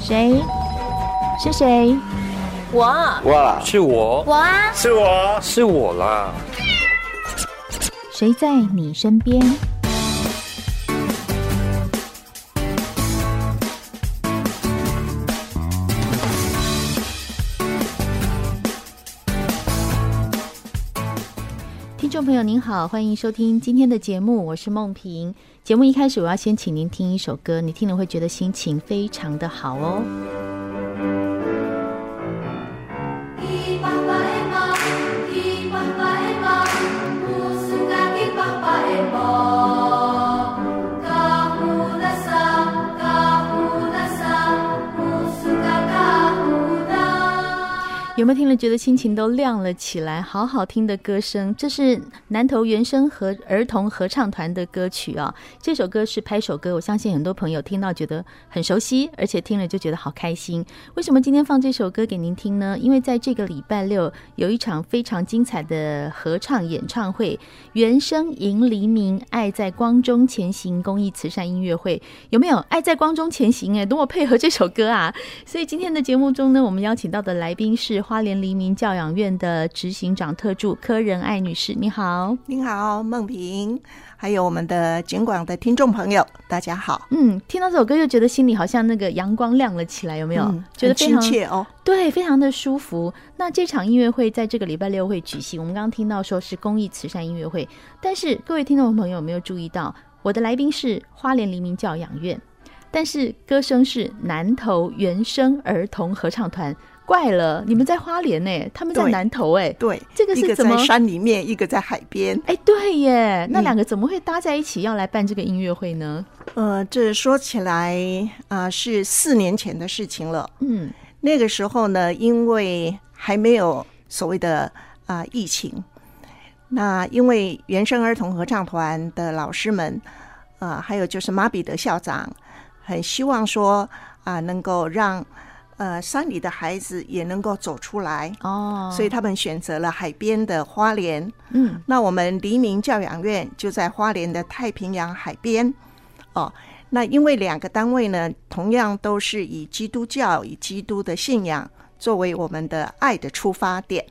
谁？是谁？我哇，是我，我啊，是我，是我啦。谁在你身边？听众朋友您好，欢迎收听今天的节目，我是梦萍。节目一开始，我要先请您听一首歌，你听了会觉得心情非常的好哦。有没有听了觉得心情都亮了起来？好好听的歌声，这是南投原声和儿童合唱团的歌曲啊。这首歌是拍手歌，我相信很多朋友听到觉得很熟悉，而且听了就觉得好开心。为什么今天放这首歌给您听呢？因为在这个礼拜六有一场非常精彩的合唱演唱会——原声迎黎明，爱在光中前行公益慈善音乐会，有没有？爱在光中前行、哎，多么配合这首歌啊！所以今天的节目中呢，我们邀请到的来宾是花莲黎明教养院的执行长特助柯仁爱女士，你好。您好，梦萍，还有我们的景广的听众朋友，大家好。嗯，听到这首歌就觉得心里好像那个阳光亮了起来，有没有？嗯觉得很非亲常切哦。对，非常的舒服。那这场音乐会在这个礼拜六会举行。我们刚刚听到说是公益慈善音乐会，但是各位听众朋友有没有注意到，我的来宾是花莲黎明教养院，但是歌声是南投原生儿童合唱团。怪了，你们在花莲呢、他们在对南投哎、对，这个一是个怎么在山里面，一个在海边。哎，对耶，那嗯两个怎么会搭在一起要来办这个音乐会呢？呃，这说起来啊、是四年前的事情了。嗯，那个时候呢，因为还没有所谓的啊、疫情，那因为原生儿童合唱团的老师们，啊，还有就是马彼得校长，很希望说啊、能够让呃山里的孩子也能够走出来，哦，所以他们选择了海边的花莲。嗯那我们黎明教养院就在花莲的太平洋海边哦。那因为两个单位呢，同样都是以基督教、以基督的信仰作为我们的爱的出发点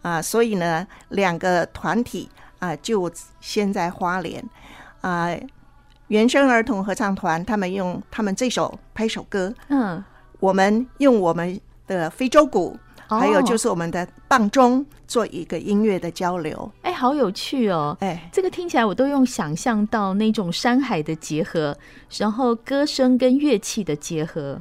啊，所以呢，两个团体啊就先在花莲啊，原生儿童合唱团他们用他们这首拍手歌，嗯，我们用我们的非洲鼓，哦还有就是我们的棒钟做一个音乐的交流，哎，好有趣哦。哎。这个听起来我都用想象到那种山海的结合，然后歌声跟乐器的结合。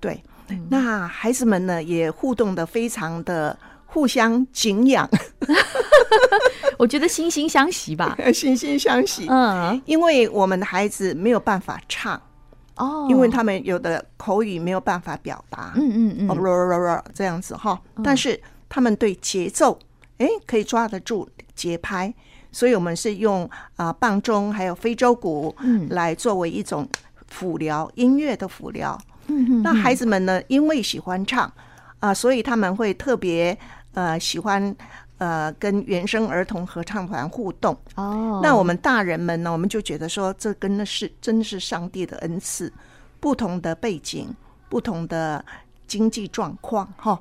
对，嗯那孩子们呢也互动的非常的互相敬仰， 我觉得惺惺相惜吧。 惺惺相惜。嗯，因为我们的孩子没有办法唱，哦，因为他们有的口语没有办法表达，嗯嗯哦嗯，咯咯咯这样子哈。但是他们对节奏，哎，可以抓得住节拍，所以我们是用啊、棒钟还有非洲鼓嗯来作为一种辅疗音乐的辅疗。嗯嗯那孩子们呢，因为喜欢唱啊、所以他们会特别呃喜欢呃跟原生儿童合唱团互动。哦，那我们大人们呢，我们就觉得说，这真的是真是上帝的恩赐，不同的背景、不同的经济状况，哈，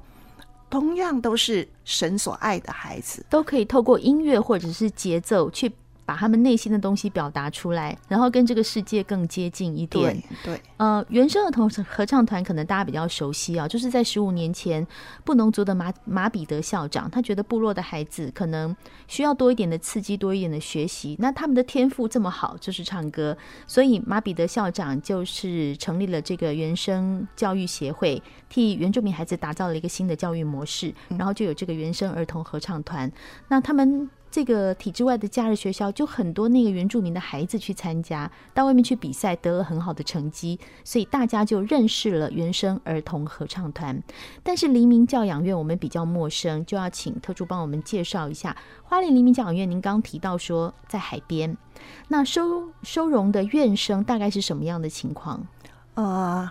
同样都是神所爱的孩子。都可以透过音乐或者是节奏去把他们内心的东西表达出来，然后跟这个世界更接近一点。对对，呃，原生儿童合唱团可能大家比较熟悉啊，就是在十五年前，布农族的马马彼得校长，他觉得部落的孩子可能需要多一点的刺激，多一点的学习。那他们的天赋这么好，就是唱歌，所以马彼得校长就是成立了这个原生教育协会，替原住民孩子打造了一个新的教育模式，然后就有这个原生儿童合唱团。那他们这个体制外的假日学校，就很多那个原住民的孩子去参加，到外面去比赛，得了很好的成绩，所以大家就认识了原生儿童合唱团。但是黎明教养院我们比较陌生，就要请特助帮我们介绍一下花莲黎明教养院。您刚提到说在海边，那收收容的院生大概是什么样的情况？呃，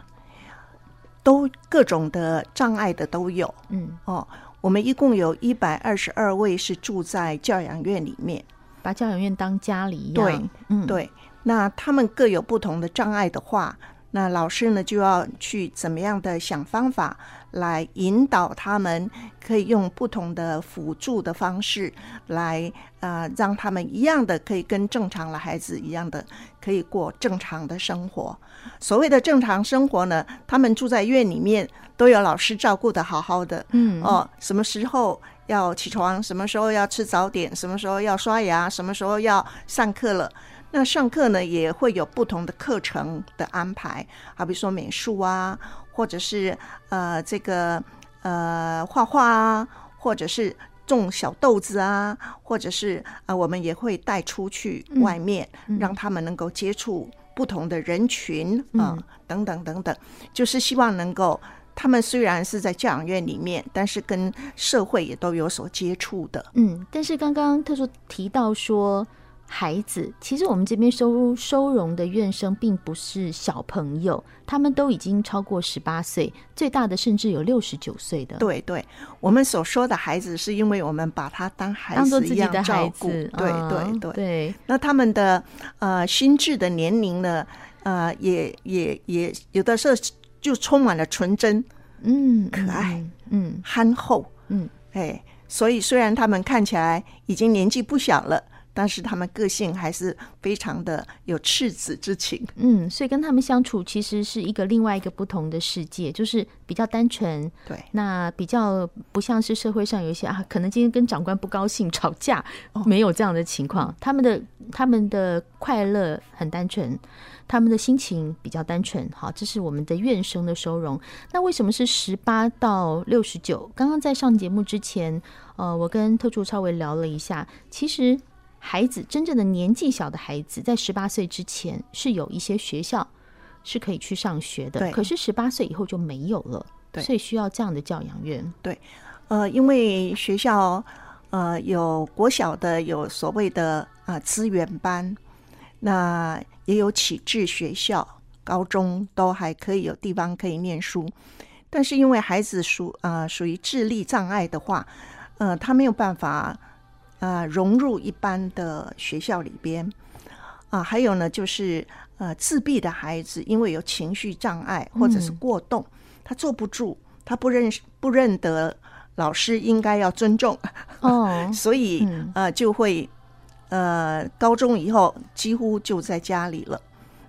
都各种的障碍的都有，嗯，哦，我们一共有一百二十二位是住在教养院里面，把教养院当家里一样，对嗯，对，那他们各有不同的障碍的话，那老师呢就要去怎么样的想方法来引导他们，可以用不同的辅助的方式来呃让他们一样的可以跟正常的孩子一样的可以过正常的生活。所谓的正常生活呢，他们住在院里面都有老师照顾的好好的，嗯，哦，什么时候要起床，什么时候要吃早点，什么时候要刷牙，什么时候要上课了。那上课呢，也会有不同的课程的安排，好比说美术啊，或者是呃这个呃画画啊，或者是种小豆子啊，或者是呃我们也会带出去嗯外面，让他们能够接触不同的人群啊、嗯等等等等，就是希望能够他们虽然是在教养院里面，但是跟社会也都有所接触的。嗯，但是刚刚特殊提到说，孩子，其实我们这边收收容的院生并不是小朋友，他们都已经超过十八岁，最大的甚至有六十九岁的。，对对，我们所说的孩子，是因为我们把他当孩当做子自一己样的孩照顾。子，对对嗯对。对，那他们的呃心智的年龄呢，呃，也也也有的时候就充满了纯真、嗯，可爱嗯，嗯，憨厚。嗯，哎，所以虽然他们看起来已经年纪不小了，但是他们个性还是非常的有赤子之情。嗯，所以跟他们相处其实是一个另外一个不同的世界，就是比较单纯，对，那比较不像是社会上有一些啊，可能今天跟长官不高兴吵架，哦没有这样的情况。他们的他们的快乐很单纯，他们的心情比较单纯。好，这是我们的院生的收容。那为什么是十八到六十九？刚刚在上节目之前，呃，我跟特助稍微聊了一下，其实。孩子真正的年纪小的孩子，在十八岁之前是有一些学校是可以去上学的，对可是十八岁以后就没有了。对所以需要这样的教养 院。呃，因为学校呃有国小的有所谓的啊、呃资源班，那也有启智学校，高中都还可以有地方可以念书。但是因为孩子属呃属于智力障碍的话，呃，他没有办法呃融入一般的学校里边啊、还有呢，就是呃自闭的孩子，因为有情绪障碍或者是嗯过动，他坐不住，他不认识不认得老师应该要尊重，哦所以、嗯呃就会呃高中以后几乎就在家里了，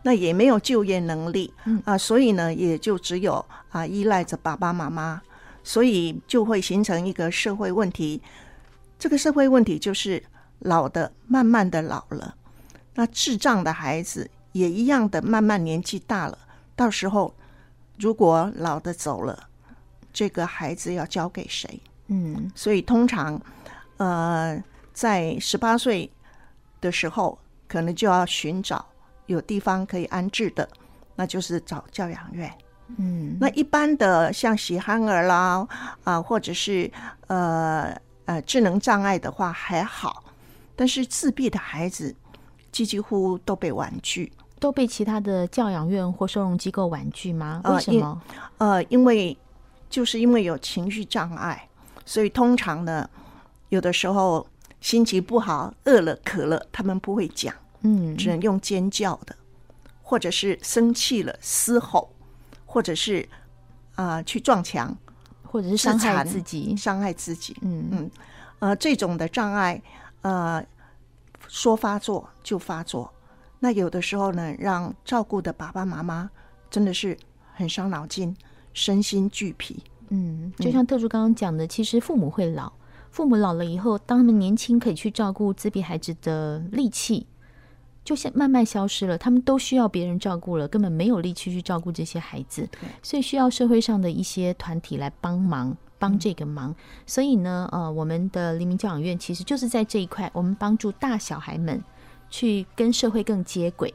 那也没有就业能力啊、嗯所以呢也就只有啊、依赖着爸爸妈妈，所以就会形成一个社会问题。这个社会问题就是老的慢慢的老了，那智障的孩子也一样的慢慢年纪大了，到时候如果老的走了，这个孩子要交给谁？嗯所以通常，呃，在十八岁的时候，可能就要寻找有地方可以安置的，那就是找教养院。嗯那一般的像喜憨儿啦，啊、或者是呃呃智能障碍的话还好，但是自闭的孩子几乎都被婉拒。都被其他的教养院或收容机构婉拒吗？呃为什么？呃，因为就是因为有情绪障碍，所以通常呢，有的时候心情不好、饿了、渴了，他们不会讲，嗯只能用尖叫的，或者是生气了嘶吼，或者是啊、呃去撞墙或者是伤自害残自己？伤害自己。嗯嗯呃，这种的障碍，呃，说发作就发作。那有的时候呢，让照顾的爸爸妈妈真的是很伤脑筋，身心俱疲。嗯，就像特助刚刚讲的，其实父母会老，父母老了以后，当他们年轻可以去照顾自闭孩子的力气。就先慢慢消失了，他们都需要别人照顾了，根本没有力气去照顾这些孩子，所以需要社会上的一些团体来帮忙，帮这个忙。所以呢，呃，我们的黎明教养院其实就是在这一块，我们帮助大小孩们去跟社会更接轨。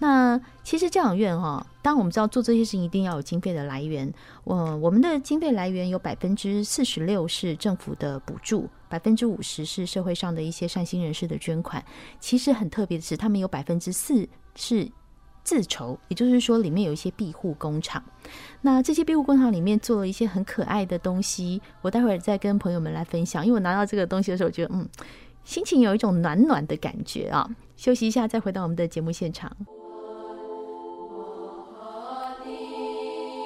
那其实教养院哈、当然我们知道做这些事情一定要有经费的来源。我、呃我们的经费来源有百分之四十六是政府的补助，百分之五十是社会上的一些善心人士的捐款。其实很特别的是，他们有百分之四是自筹，也就是说里面有一些庇护工厂。那这些庇护工厂里面做了一些很可爱的东西，我待会儿再跟朋友们来分享。因为我拿到这个东西的时候，觉得嗯，心情有一种暖暖的感觉啊。休息一下，再回到我们的节目现场。 Hallelujah,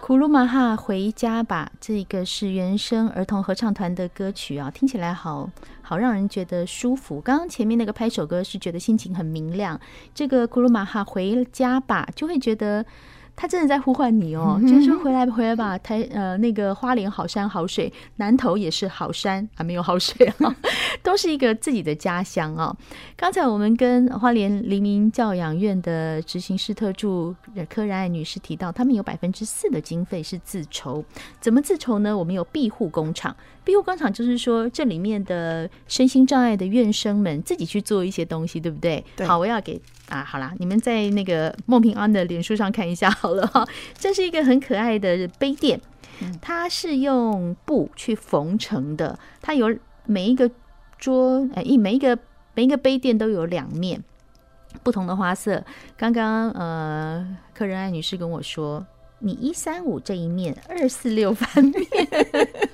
库鲁马哈回家吧，这个是原声儿童合唱团的歌曲啊，听起来好好让人觉得舒服。刚刚前面那个拍手歌是觉得心情很明亮，这个库鲁马哈回家吧，就会觉得他真的在呼唤你哦，就是说回来吧回来吧，台呃那个花莲好山好水，南投也是好山啊，没有好水啊， 都是一个自己的家乡哦。刚才我们跟花莲黎明教养院的执行师特助柯然爱女士提到，他们有百分之四的经费是自筹，怎么自筹呢？我们有庇护工厂，庇护工厂就是说这里面的身心障碍的院生们自己去做一些东西，对不对？对好，我要给啊，好啦，你们在那个孟平安的脸书上看一下好了哈， 这是一个很可爱的杯垫，它是用布去缝成的，它有每一个桌，呃，一每一个每一个杯垫都有两面，不同的花色。刚刚呃，客人爱女士跟我说，你一三五这一面，二四六翻面，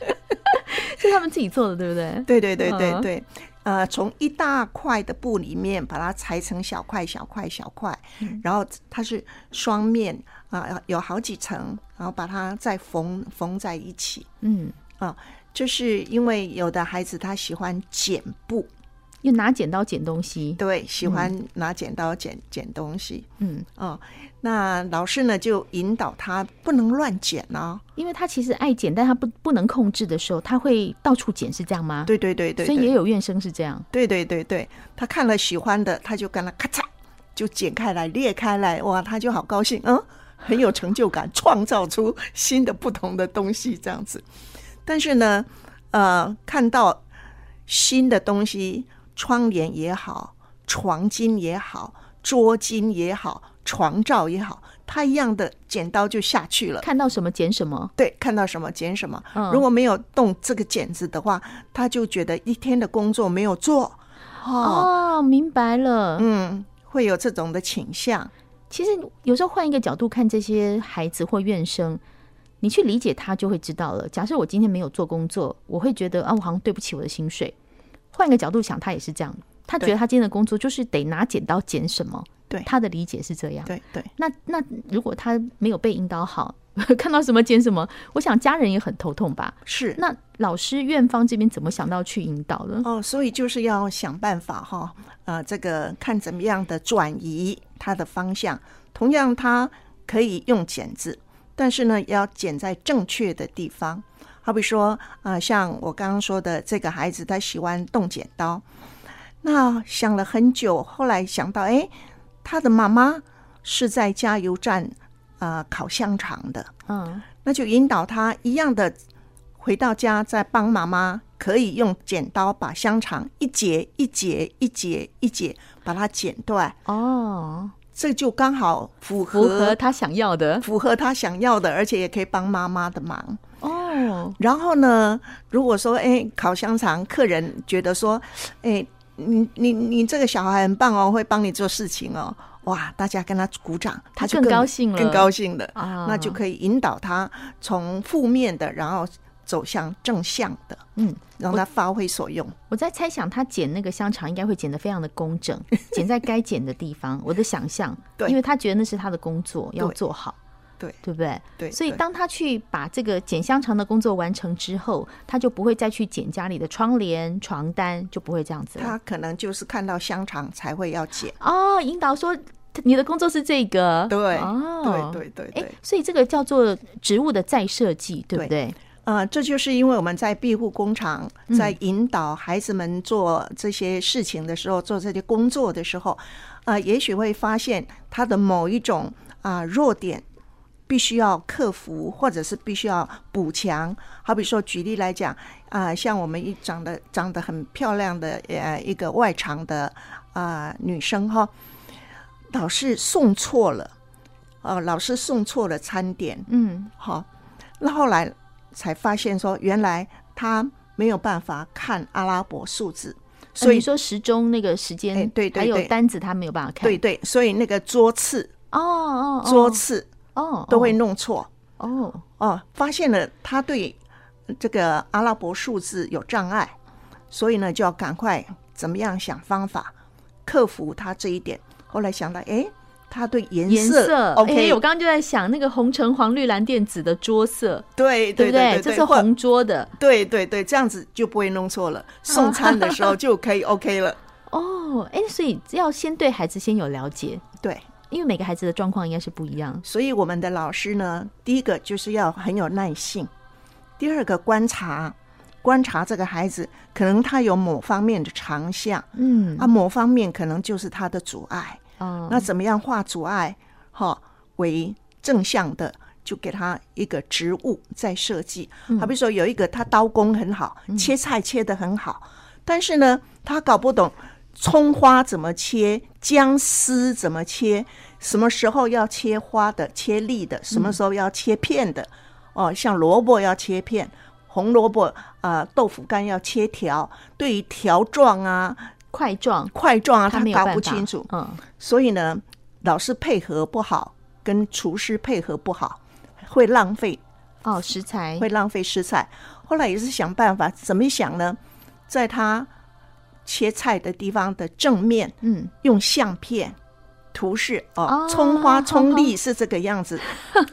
是他们自己做的，对不对？对对对对嗯对，呃，从一大块的布里面把它裁成小块、小块、小块，嗯然后它是双面啊、呃有好几层，然后把它再缝缝在一起。啊嗯，就是因为有的孩子他喜欢剪布，又拿剪刀剪东西，对，喜欢拿剪刀剪、剪东西嗯，哦。那老师呢就引导他不能乱剪哦。因为他其实爱剪，但他不不能控制的时候，他会到处剪，是这样吗？对对对啊对，嗯所以对也有怨声是这样。对对对对，他看了喜欢的，他就跟他咔嚓就剪开来、裂开来，哇，他就好高兴，嗯，很有成就感，创造出新的不同的东西这样子。但是呢，呃，看到新的东西，窗帘也好，床巾也好，桌巾也好，床罩也好，他一样的剪刀就下去了。看到什么剪什么，对，看到什么剪什么。嗯如果没有动这个剪子的话，他就觉得一天的工作没有做。哦，明白了。嗯，会有这种的倾向。其实有时候换一个角度看这些孩子或怨生，你去理解他就会知道了。假设我今天没有做工作，我会觉得啊，我好像对不起我的薪水。换一个角度想，他也是这样，他觉得他今天的工作就是得拿剪刀剪什么，对他的理解是这样。对对那那如果他没有被引导好， 看到什么剪什么，我想家人也很头痛吧。是那老师院方这边怎么想到去引导的？哦，所以就是要想办法哈，呃，这个看怎么样的转移它的方向。同样，它可以用剪子，但是呢，要剪在正确的地方。好比说，呃，像我刚刚说的，这个孩子他喜欢动剪刀，那想了很久，后来想到，哎，他的妈妈是在加油站呃烤香肠的，嗯，那就引导他一样的回到家，再帮妈妈可以用剪刀把香肠一节一节一节一节把它剪断，哦，这就刚好符合符合他想要的符合他想要的，而且也可以帮妈妈的忙。哦，然后呢，如果说哎烤香肠，客人觉得说，哎你你你这个小孩很棒哦，会帮你做事情哦，哇，大家跟他鼓掌，他就更高兴了更高兴了。啊，那就可以引导他从负面的，然后走向正向的，嗯，让他发挥所用。我在猜想，他剪那个香肠应该会剪得非常的工整， 剪在该剪的地方。我的想象，对因为他觉得那是他的工作，要对做好，对对不对？对，所以对当他去把这个剪香肠的工作完成之后，他就不会再去剪家里的窗帘、床单，就不会这样子了。他可能就是看到香肠才会要解。哦，引导说你的工作是这个，对哦对，对对哎对，，所以这个叫做植物的再设计，对不对？呃，这就是因为我们在庇护工厂在引导孩子们做这些事情的时候，做这些工作的时候，呃，也许会发现他的某一种啊、弱点。必须要克服，或者是必须要补强。好比说，举例来讲，啊、像我们一长得长得很漂亮的呃一个外场的啊、女生哈，老是送错了，呃，老是送错了餐点，嗯，好，那后来才发现说，原来他没有办法看阿拉伯数字，所呃你以、说时钟那个时间，哎对对还有对单子他没有办法看，对对，所以那个桌次、哦哦，哦桌次哦都会弄错哦，哦发现了他对这个阿拉伯数字有障碍，所以呢就要赶快怎么样想方法克服他这一点。后来想到，哎，它对颜颜色，OK，、哎，我刚刚就在想那个红橙黄绿蓝靛紫的桌色，对对不对，这对是，或红桌的对对对，这样子就不会弄错了。送餐的时候就可以 OK 了。哦，哎，所以要先对孩子先有了解，对，因为每个孩子的状况应该是不一样。所以我们的老师呢，第一个就是要很有耐性，第二个观察，观察这个孩子，可能他有某方面的长项，嗯啊，某方面可能就是他的阻碍。哦，那怎么样化阻碍哈、为正向的，就给他一个职务在设计。嗯好比说有一个他刀工很好，切菜切得很好，但是呢，他搞不懂葱花怎么切，姜丝怎么切，什么时候要切花的、切粒嗯的，什么时候要切片的。哦，像萝卜要切片，红萝卜啊、呃豆腐干要切条，对于条状啊、块状块状啊，他他没有搞办不法清楚。嗯，所以呢，老师配合不好，跟厨师配合不好，会浪费，哦，食材会浪费食材。后来也是想办法，怎么想呢？在他切菜的地方的正面嗯，用相片图示哦哦，葱花、葱粒是这个 样子，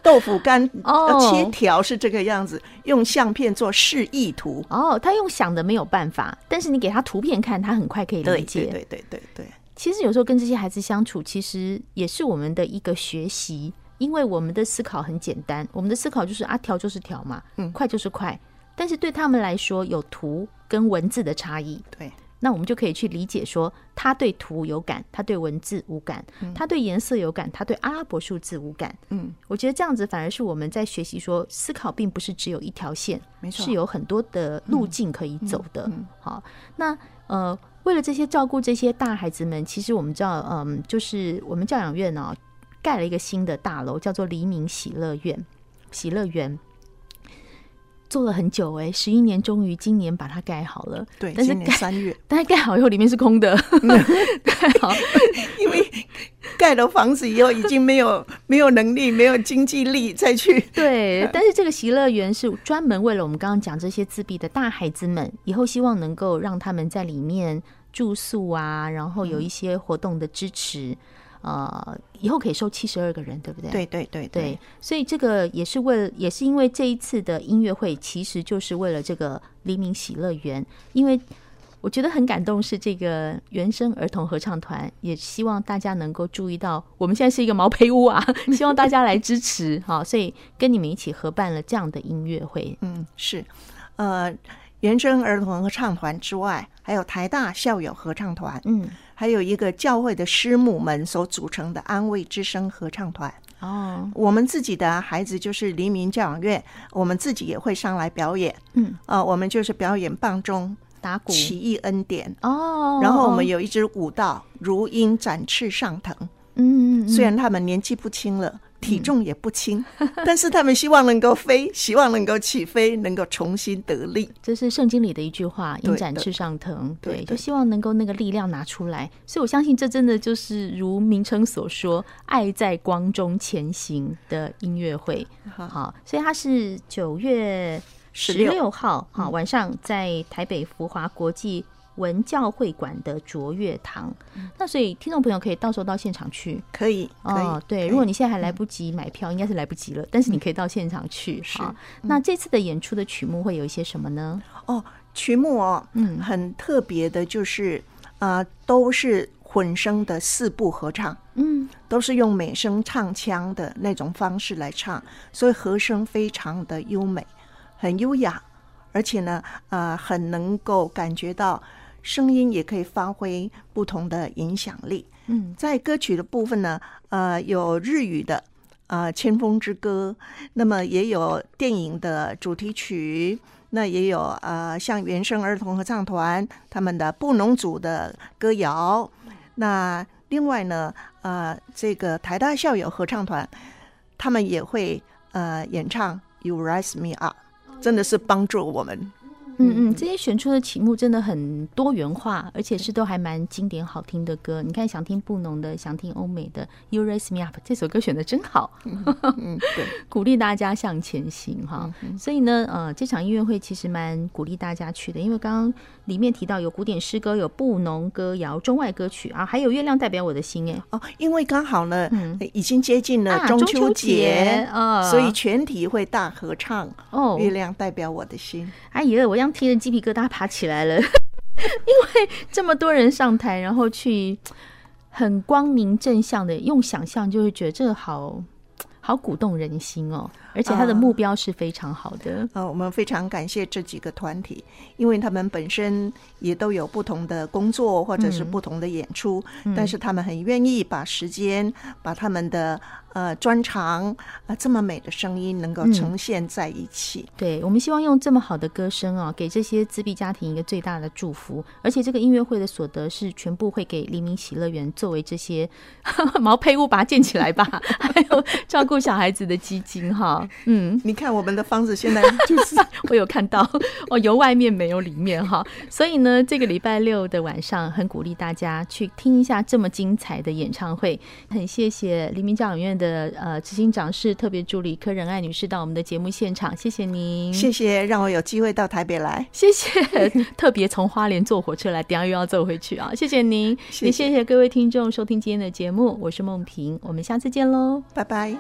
豆腐干哦要切条是这个样子，用相片做示意图。哦，他用想的没有办法，但是你给他图片看，他很快可以理嗯对解。对对对对对，其实有时候跟这些孩子相处，其实也是我们的一个学习，因为我们的思考很简单，我们的思考就是啊，调就是调嘛，嗯快就是快。但是对他们来说，有图跟文字的差异，对那我们就可以去理解说，他对图有感，他对文字无感，他对颜色有感，他对阿拉伯数字无感。嗯，我觉得这样子反而是我们在学习说，思考并不是只有一条线，没错嗯是有很多的路径可以走的。好，那呃，为了这些照顾这些大孩子们，其实我们知道，嗯，就是我们教养院呢、盖了一个新的大楼，叫做黎明喜乐院，喜乐园。做了很久哎、十一年，终于今年把它盖好了。对，但是今年三月，但是盖好以后里面是空的，盖好因为盖了房子以后，已经没有 没有能力、没有经济力再去。对。但是这个喜乐园是专门为了我们刚刚讲这些自闭的大孩子们，以后希望能够让他们在里面住宿啊，然后有一些活动的支持。呃，以后可以收七十二个人，对不对？对对对，所以这个也是为了，也是因为这一次的音乐会，其实就是为了这个黎明喜乐园，因为我觉得很感动，是这个原生儿童合唱团也希望大家能够注意到，我们现在是一个毛坯屋啊， 希望大家来支持哈，所以跟你们一起合办了这样的音乐会，嗯，是，呃，原生儿童合唱团之外，还有台大校友合唱团，嗯，还有一个教会的师母们所组成的安慰之声合唱团。哦，我们自己的孩子就是黎明教养院，我们自己也会上来表演。嗯，啊、我们就是表演棒中打鼓，奇异恩典。哦，然后我们，有一支舞蹈《如鹰展翅上腾》，嗯，嗯虽然他们年纪不轻了，体重也 不轻，但是他们希望能够飞，希望能够起飞，能够重新得力。这是圣经里的一句话，“对鹰展翅上腾”，对对，对就希望能够那个力量拿出来。所以我相信，这真的就是如名称所说，“爱在光中前行”的音乐会。好好，所以它是九月十六号嗯哈、晚上在台北福华国际文教会馆的卓越堂。那所以听众朋友可以到时候到现场去。可以，嗯可以，哦，可对，以嗯如果你现在还来不及买票，应该是来不及了，但是你可以到现场去。是嗯好那这次的演出的曲目会有一些什么呢？哦，曲目哦，嗯很特别的，就是啊、呃都是混声的四部合唱。嗯，都是用美声唱腔的那种方式来唱，所以和声非常的优美，很优雅，而且呢，呃，很能够感觉到声音也可以发挥不同的影响力。嗯，在歌曲的部分呢，呃，有日语的。呃，《千峰之歌》，那么也有电影的主题曲，那也有呃，像原生儿童合唱团他们的布农族的歌谣，那另外呢，呃，这个台大校友合唱团，他们也会呃演唱《You Rise Me Up》，真的是帮助我们嗯嗯，这些选出的题目真的很多元化，而且是都还蛮经典好听的歌。你看，想听布农的，想听欧美的，You Raise Me Up 这首歌选的真好，嗯，对， 嗯鼓励大家向前行哈。所以呢，呃，这场音乐会其实蛮鼓励大家去的，因为刚刚里面提到有古典诗歌、有布农歌谣、中外歌曲啊，还有月亮代表我的心，哎，哦，因为刚好呢，已经接近了啊，中秋节，啊，所以全体会大合唱哦《月亮代表我的心哎呀，我让听着鸡皮疙瘩爬起来了， 因为这么多人上台，然后去很光明正向的用想象，就会觉得这个好好鼓动人心哦，而且他的啊目标是非常好的。》。呃，我们非常感谢这几个团体，因为他们本身也都有不同的工作或者是嗯不同的演出，但是他们很愿意把时间、把他们的呃专长啊、这么美的声音能够嗯呈现在一起。对，我们希望用这么好的歌声啊，给这些自闭家庭一个最大的祝福。而且这个音乐会的所得是全部会给黎明喜乐园作为这些 毛坯屋把它建起来吧，还有照顾小孩子的基金哈。嗯，你看我们的房子 现在就是我有看到 哦，有外面没有里面哈。所以呢，这个礼拜六的晚上，很鼓励大家去听一下这么精彩的演唱会。很谢谢黎明教养院的呃执行长是特别助理柯仁爱女士到我们的节目现场，谢谢您。谢谢让我有机会到台北来，谢谢， 特别从花莲坐火车来，等一下又要坐回去啊！谢谢您，谢谢也谢谢各位听众收听今天的节目，我是梦萍，我们下次见喽。拜拜。